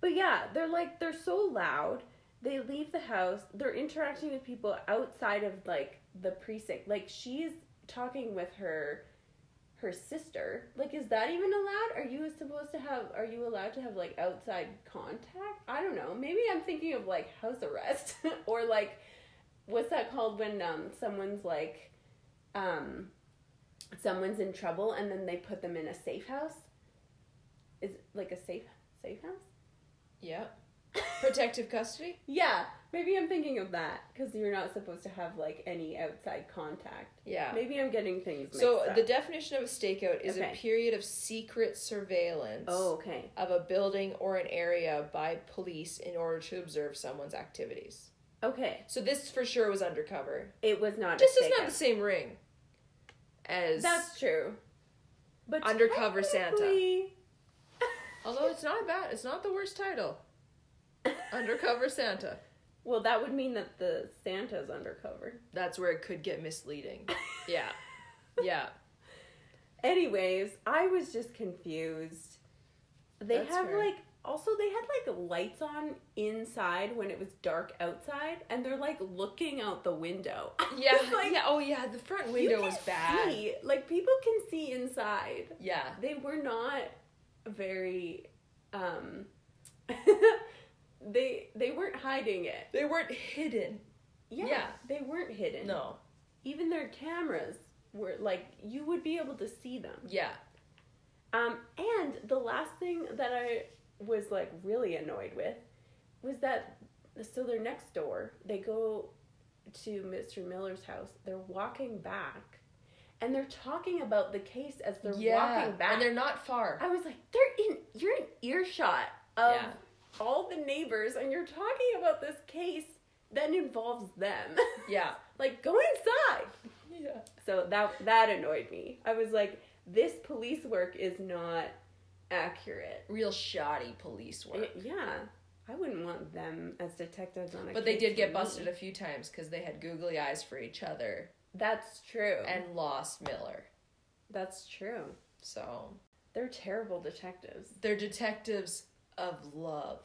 Speaker 1: But yeah, they're like they're so loud. They leave the house. They're interacting with people outside of like the precinct. Like she's talking with her her sister. Like is that even allowed? Are you supposed to have are you allowed to have like outside contact? I don't know. Maybe I'm thinking of like house arrest or like what's that called when um someone's like um someone's in trouble and then they put them in a safe house? Is it like a safe safe house?
Speaker 2: Yeah. Protective custody.
Speaker 1: yeah, maybe I'm thinking of that because you're not supposed to have like any outside contact.
Speaker 2: Yeah.
Speaker 1: Maybe I'm getting things mixed
Speaker 2: So
Speaker 1: up.
Speaker 2: the definition of a stakeout is
Speaker 1: Okay.
Speaker 2: a period of secret surveillance
Speaker 1: oh okay
Speaker 2: of a building or an area by police in order to observe someone's activities.
Speaker 1: okay
Speaker 2: So this for sure was undercover.
Speaker 1: it was not
Speaker 2: Just
Speaker 1: a
Speaker 2: is not the
Speaker 1: stakeout.
Speaker 2: same ring as
Speaker 1: that's true. But
Speaker 2: Undercover Santa.
Speaker 1: technically-
Speaker 2: although it's not bad. It's not the worst title. Undercover Santa.
Speaker 1: Well, that would mean that the Santa's undercover.
Speaker 2: That's where it could get misleading. Yeah. Yeah.
Speaker 1: Anyways, I was just confused. They
Speaker 2: That's
Speaker 1: have
Speaker 2: fair.
Speaker 1: like also they had like lights on inside when it was dark outside, and they're like looking out the window. I
Speaker 2: Yeah.
Speaker 1: was like,
Speaker 2: yeah. Oh yeah, the front
Speaker 1: you
Speaker 2: window
Speaker 1: can
Speaker 2: was bad.
Speaker 1: See, like people can see inside.
Speaker 2: Yeah.
Speaker 1: They were not very. um They they weren't hiding it.
Speaker 2: They weren't hidden.
Speaker 1: Yeah,
Speaker 2: Yeah.
Speaker 1: they weren't hidden.
Speaker 2: No.
Speaker 1: even their cameras were like you would be able to see them.
Speaker 2: Yeah.
Speaker 1: Um, and the last thing that I was like really annoyed with was that so they're next door. They go to Mr. Miller's house. They're walking back, and they're talking about the case as they're walking back.
Speaker 2: And they're not far.
Speaker 1: I was like, they're in. You're in earshot of
Speaker 2: Yeah.
Speaker 1: all the neighbors, and you're talking about this case that involves them.
Speaker 2: Yeah.
Speaker 1: like, go inside.
Speaker 2: Yeah.
Speaker 1: So that that annoyed me. I was like, this police work is not accurate.
Speaker 2: Real shoddy police work.
Speaker 1: Y- yeah, I wouldn't want them as detectives on a.
Speaker 2: But they
Speaker 1: case
Speaker 2: did
Speaker 1: for
Speaker 2: get
Speaker 1: me.
Speaker 2: busted a few times because they had googly eyes for each other
Speaker 1: That's true. And
Speaker 2: and lost Miller.
Speaker 1: that's true.
Speaker 2: So
Speaker 1: They're terrible detectives.
Speaker 2: they're detectives of love.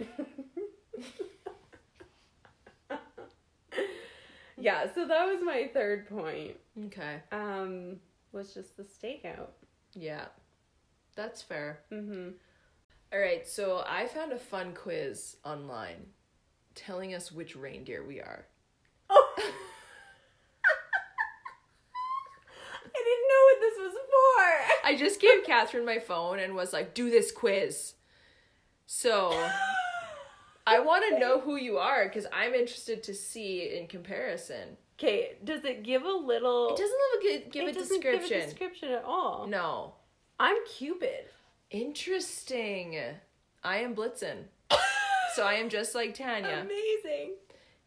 Speaker 1: yeah. So that was my third point.
Speaker 2: Okay.
Speaker 1: Um, was just the stakeout.
Speaker 2: Yeah. That's fair.
Speaker 1: Mm-hmm.
Speaker 2: All right. So I found a fun quiz online telling us which reindeer we are.
Speaker 1: Oh. I didn't know what this was for.
Speaker 2: I just gave Catherine my phone and was like, do this quiz. So I want to know who you are because I'm interested to see in comparison.
Speaker 1: Okay, does it give a little?
Speaker 2: It doesn't look, give
Speaker 1: It
Speaker 2: a
Speaker 1: doesn't give
Speaker 2: description.
Speaker 1: description at all.
Speaker 2: no.
Speaker 1: I'm Cupid.
Speaker 2: Interesting. I am Blitzen. So I am just like
Speaker 1: Oh,
Speaker 2: Tanya.
Speaker 1: Amazing.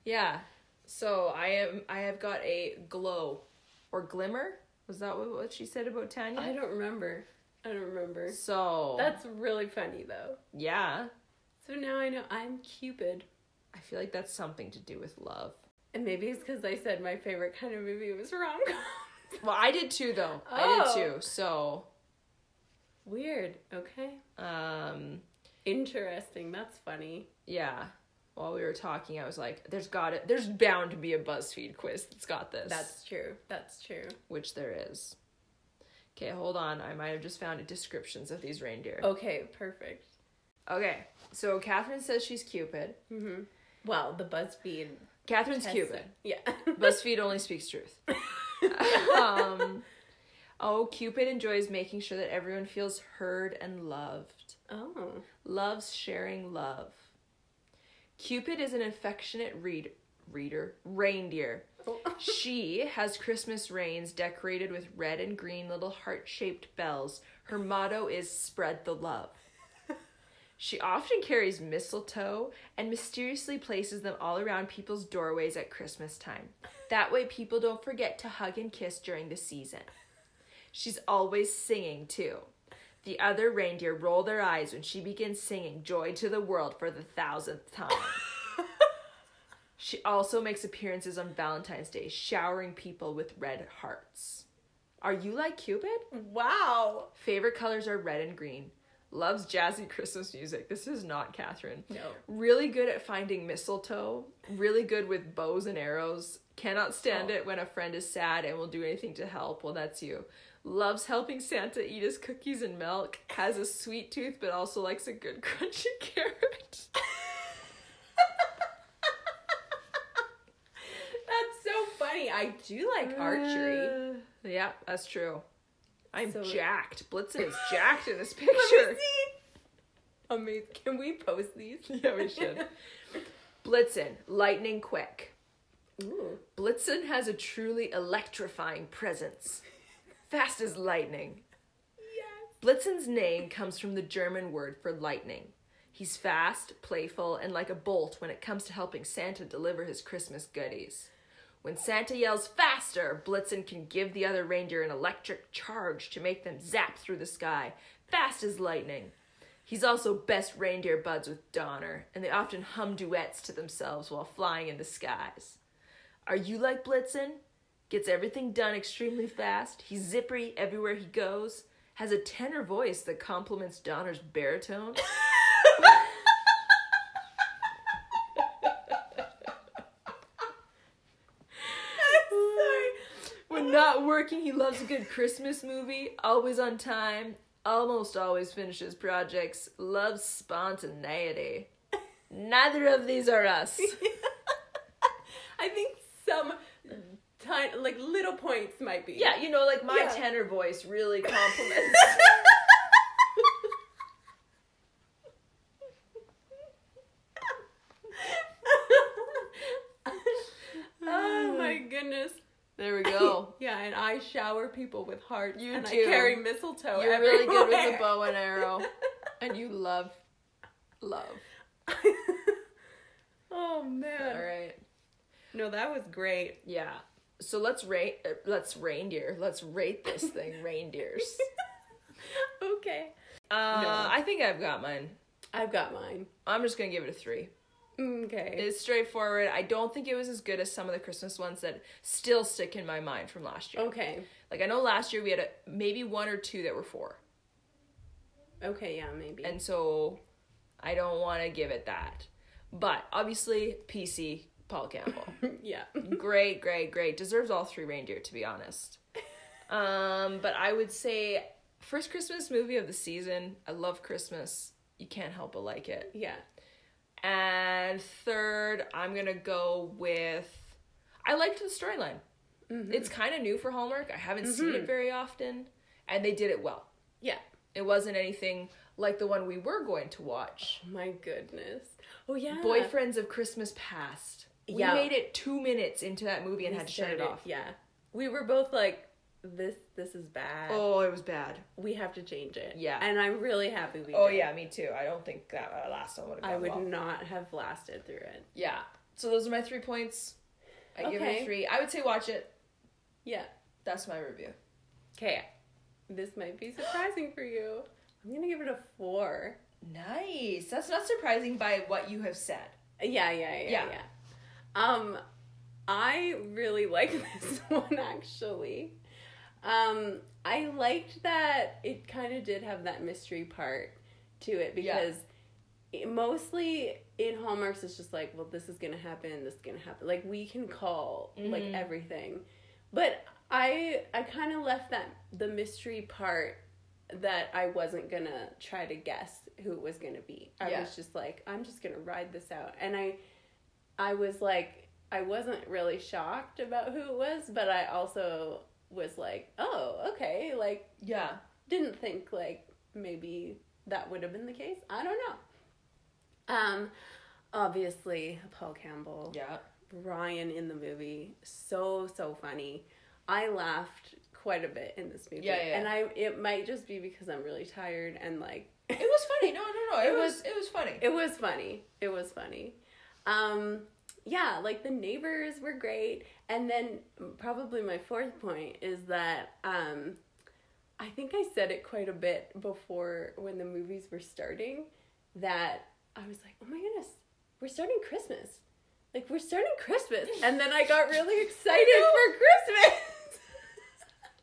Speaker 2: Yeah. So I am I have got a glow or glimmer. Was that what what she said about Tanya?
Speaker 1: I don't remember. I don't remember.
Speaker 2: so
Speaker 1: That's really funny though.
Speaker 2: yeah.
Speaker 1: So now I know I'm Cupid.
Speaker 2: I feel like that's something to do with love.
Speaker 1: And maybe it's because I said my favorite kind of movie was rom com.
Speaker 2: Well, I did too though. I did
Speaker 1: Oh.
Speaker 2: too. So
Speaker 1: Weird. Okay.
Speaker 2: um
Speaker 1: Interesting. That's funny.
Speaker 2: yeah. While we were talking, I was like, there's got it there's bound to be a BuzzFeed quiz that's got this.
Speaker 1: That's true. That's true.
Speaker 2: which there is. Okay, hold on. I might have just found descriptions of these reindeer.
Speaker 1: Okay. Perfect.
Speaker 2: Okay, so Catherine says she's Cupid.
Speaker 1: Well, the Buzzfeed.
Speaker 2: Catherine's
Speaker 1: test-
Speaker 2: Cupid.
Speaker 1: Yeah.
Speaker 2: BuzzFeed only speaks truth. um, oh, Cupid enjoys making sure that everyone feels heard and loved.
Speaker 1: oh.
Speaker 2: Loves sharing love. Cupid is an affectionate read- reader, reindeer. She has Christmas reins decorated with red and green little heart shaped bells. Her motto is spread the love. She often carries mistletoe and mysteriously places them all around people's doorways at Christmas time. That way, people don't forget to hug and kiss during the season. She's always singing, too. The other reindeer roll their eyes when she begins singing Joy to the World for the thousandth time. she also makes appearances on Valentine's Day, showering people with red hearts. Are you like Cupid?
Speaker 1: Wow.
Speaker 2: Favorite colors are red and green. Loves jazzy Christmas music. This is not Catherine.
Speaker 1: No.
Speaker 2: Really good at finding mistletoe. Really good with bows and arrows. Cannot stand
Speaker 1: Oh.
Speaker 2: it when a friend is sad and will do anything to help. Well, that's you. Loves helping Santa eat his cookies and milk. Has a sweet tooth, but also likes a good crunchy carrot.
Speaker 1: That's so funny. I do like archery.
Speaker 2: Archery. Yeah, that's true. I'm
Speaker 1: Uh. So-
Speaker 2: jacked. Blitzen is jacked in this picture.
Speaker 1: Let me see. Amazing. Can we post these?
Speaker 2: Yeah, we should. Blitzen, lightning quick.
Speaker 1: Ooh.
Speaker 2: Blitzen has a truly electrifying presence. Fast as lightning.
Speaker 1: Yes.
Speaker 2: Blitzen's name comes from the German word for lightning. He's fast, playful, and like a bolt when it comes to helping Santa deliver his Christmas goodies. When Santa yells faster, Blitzen can give the other reindeer an electric charge to make them zap through the sky, fast as lightning. He's also best reindeer buds with Donner, and they often hum duets to themselves while flying in the skies. Are you like Blitzen? Gets everything done extremely fast. He's zippery everywhere he goes. Has a tenor voice that complements Donner's baritone. When not working, he loves a good Christmas movie. Always on time. Almost always finishes projects. Loves spontaneity. Neither of these are us.
Speaker 1: I think some ti- like little points might be.
Speaker 2: Yeah, you know, like my
Speaker 1: Yeah.
Speaker 2: tenor voice really compliments.
Speaker 1: oh my goodness.
Speaker 2: there we go.
Speaker 1: Yeah, and I shower people with hearts.
Speaker 2: You
Speaker 1: and I
Speaker 2: do.
Speaker 1: carry mistletoe.
Speaker 2: You're really good with a
Speaker 1: everywhere.
Speaker 2: bow and arrow, and you love, love.
Speaker 1: oh man.
Speaker 2: All right.
Speaker 1: No, that was great.
Speaker 2: Yeah. So let's rate. Uh, let's reindeer. Let's rate this thing, reindeers.
Speaker 1: okay.
Speaker 2: Uh, I think I've got mine.
Speaker 1: I've got mine.
Speaker 2: I'm just gonna give it a three.
Speaker 1: Okay.
Speaker 2: It's straightforward. I don't think it was as good as some of the Christmas ones that still stick in my mind from last year.
Speaker 1: Okay.
Speaker 2: Like I know last year we had a, maybe one or two that were four,
Speaker 1: Okay, yeah, maybe.
Speaker 2: and so I don't want to give it that. But obviously, PC Paul Campbell.
Speaker 1: yeah.
Speaker 2: great, great, great. Deserves all three reindeer, to be honest. Um, but I would say first Christmas movie of the season. I love Christmas. You can't help but like it.
Speaker 1: Yeah.
Speaker 2: And third, I'm gonna go with I liked the storyline.
Speaker 1: Mm-hmm.
Speaker 2: It's kind of new for Hallmark. I haven't seen it very often, and they did it well.
Speaker 1: Yeah.
Speaker 2: It wasn't anything like the one we were going to watch.
Speaker 1: My goodness. Oh yeah.
Speaker 2: Boyfriends of Christmas Past. We
Speaker 1: Yeah.
Speaker 2: made it two minutes into that movie and
Speaker 1: We
Speaker 2: had to shut it
Speaker 1: started-
Speaker 2: off.
Speaker 1: Yeah. We were both like this this is bad.
Speaker 2: Oh, it was bad.
Speaker 1: We have to change it.
Speaker 2: Yeah.
Speaker 1: And I'm really happy we
Speaker 2: Oh
Speaker 1: did.
Speaker 2: yeah, me too. I don't think that uh, last one would have.
Speaker 1: I would
Speaker 2: Well.
Speaker 1: not have lasted through it.
Speaker 2: Yeah. So those are my three points. I give it a
Speaker 1: Okay.
Speaker 2: three. I would say watch it.
Speaker 1: Yeah.
Speaker 2: That's my review.
Speaker 1: Okay. This might be surprising for you. I'm gonna give it a four.
Speaker 2: Nice. That's not surprising by what you have said.
Speaker 1: Yeah, yeah, yeah,
Speaker 2: Yeah.
Speaker 1: yeah. Um, I really like this one actually. Um, I liked that it kind of did have that mystery part to it
Speaker 2: Yeah.
Speaker 1: because it, mostly in Hallmarks it's just like, well, this is gonna happen, this is gonna happen. Like we can call like
Speaker 2: Mhm.
Speaker 1: everything, but I I kind of left that the mystery part that I wasn't gonna try to guess who it was gonna be. I
Speaker 2: Yeah.
Speaker 1: was just like, I'm just gonna ride this out. And I I was like I wasn't really shocked about who it was, but I also was like, Oh, okay, like
Speaker 2: Yeah.
Speaker 1: didn't think like maybe that would have been the case. I don't know. Um obviously Paul Campbell.
Speaker 2: Yeah.
Speaker 1: Ryan in the movie. So so funny. I laughed quite a bit in this movie.
Speaker 2: Yeah, yeah, yeah.
Speaker 1: And I it might just be because I'm really tired and like
Speaker 2: It was funny. No, no, no. It, was, it was funny.
Speaker 1: It was funny. It was funny. Um, yeah, like the neighbors were great. And then probably my fourth point is that um, I think I said it quite a bit before when the movies were starting that I was like, oh my goodness, we're starting Christmas. Like, we're starting Christmas. And then I got really excited for Christmas.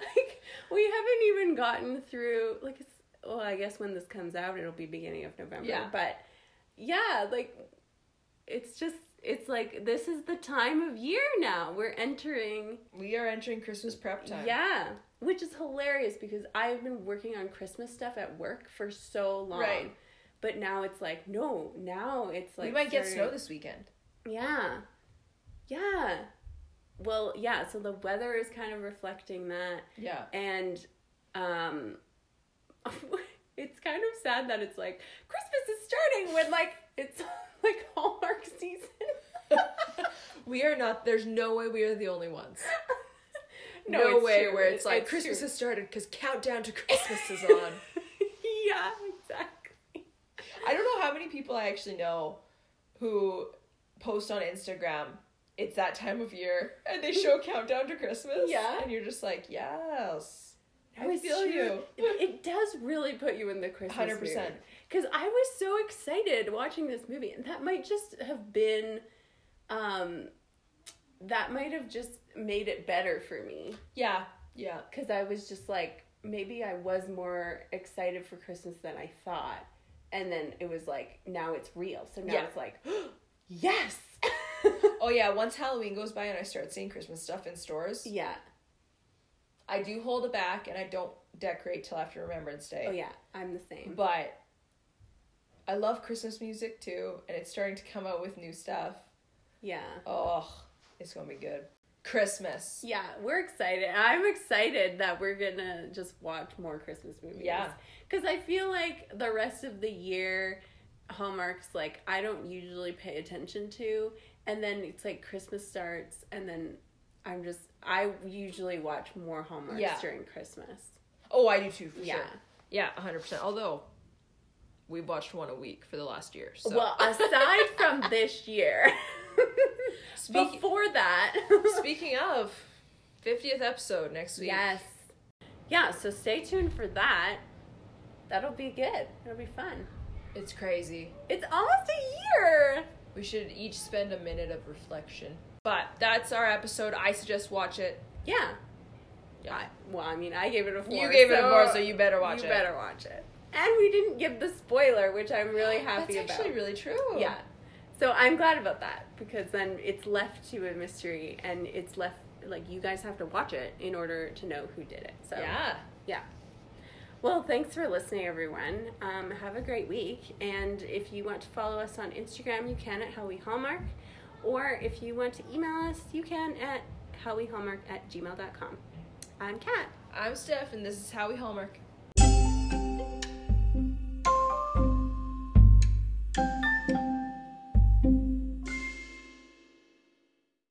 Speaker 1: like, we haven't even gotten through, like, it's, well, I guess when this comes out, it'll be beginning of November.
Speaker 2: Yeah.
Speaker 1: But yeah, like, it's just, it's like, this is the time of year now. We're entering.
Speaker 2: We are entering Christmas prep time.
Speaker 1: Yeah, which is hilarious because I've been working on Christmas stuff at work for so long.
Speaker 2: Right.
Speaker 1: But now it's like no, now it's like
Speaker 2: we might get snow
Speaker 1: starting-
Speaker 2: this weekend.
Speaker 1: Yeah. Yeah. Well, yeah, so the weather is kind of reflecting that
Speaker 2: Yeah.
Speaker 1: and um it's kind of sad that it's like Christmas is starting when like it's like Hallmark season.
Speaker 2: we are not. There's no way we are the only ones. No,
Speaker 1: it's
Speaker 2: way.
Speaker 1: true.
Speaker 2: Where it's like
Speaker 1: true.
Speaker 2: Christmas has started because countdown to Christmas is on.
Speaker 1: yeah, exactly.
Speaker 2: I don't know how many people I actually know who post on Instagram. It's that time of year, and they show countdown to Christmas.
Speaker 1: Yeah.
Speaker 2: and you're just like, yes, I
Speaker 1: No, it's
Speaker 2: feel
Speaker 1: true.
Speaker 2: you.
Speaker 1: It, it does really put you in the Christmas.
Speaker 2: 100%.
Speaker 1: Because I was so excited watching this movie, and that might just have been, um, that might have just made it better for me.
Speaker 2: Yeah, yeah,
Speaker 1: Because I was just like, maybe I was more excited for Christmas than I thought, and then it was like, now it's real. So now
Speaker 2: Yeah.
Speaker 1: it's like, yes.
Speaker 2: Oh yeah, once Halloween goes by and I start seeing Christmas stuff in stores,
Speaker 1: yeah.
Speaker 2: I do hold it back and I don't decorate till after Remembrance Day.
Speaker 1: Oh yeah. I'm the same.
Speaker 2: But I love Christmas music too, and it's starting to come out with new stuff.
Speaker 1: Yeah.
Speaker 2: Oh, it's gonna be good. Christmas.
Speaker 1: Yeah, we're excited. I'm excited that we're gonna just watch more Christmas movies.
Speaker 2: Yeah.
Speaker 1: Because I feel like the rest of the year, Hallmark's like, I don't usually pay attention to. And then it's like Christmas starts, and then I'm just, I usually watch more Hallmarks
Speaker 2: Yeah.
Speaker 1: during Christmas.
Speaker 2: Oh, I do too. For
Speaker 1: Yeah.
Speaker 2: Sure. Yeah, hundred percent. Although we've watched one a week for the last year. So.
Speaker 1: Well, aside from this year,
Speaker 2: Speak-
Speaker 1: before that,
Speaker 2: speaking of, fiftieth episode next week.
Speaker 1: yes. Yeah, so stay tuned for that. That'll be good, it'll be fun.
Speaker 2: It's crazy.
Speaker 1: It's almost a year.
Speaker 2: We should each spend a minute of reflection. But that's our episode. I suggest watch it.
Speaker 1: Yeah.
Speaker 2: Yeah.
Speaker 1: I, well, I mean, I gave it a four.
Speaker 2: You gave it a four, so you better watch
Speaker 1: you
Speaker 2: it.
Speaker 1: better watch it. And we didn't give the spoiler, which I'm really happy
Speaker 2: That's
Speaker 1: about.
Speaker 2: actually really true.
Speaker 1: yeah. So I'm glad about that because then it's left to a mystery, and it's left like you guys have to watch it in order to know who did it. So
Speaker 2: Yeah.
Speaker 1: Yeah. Well, thanks for listening, everyone. Um, have a great week. And if you want to follow us on Instagram, you can at How We Hallmark. Or if you want to email us, you can at howwehallmark at gmail.com. I'm Kat.
Speaker 2: I'm Steph, and this is How We Hallmark.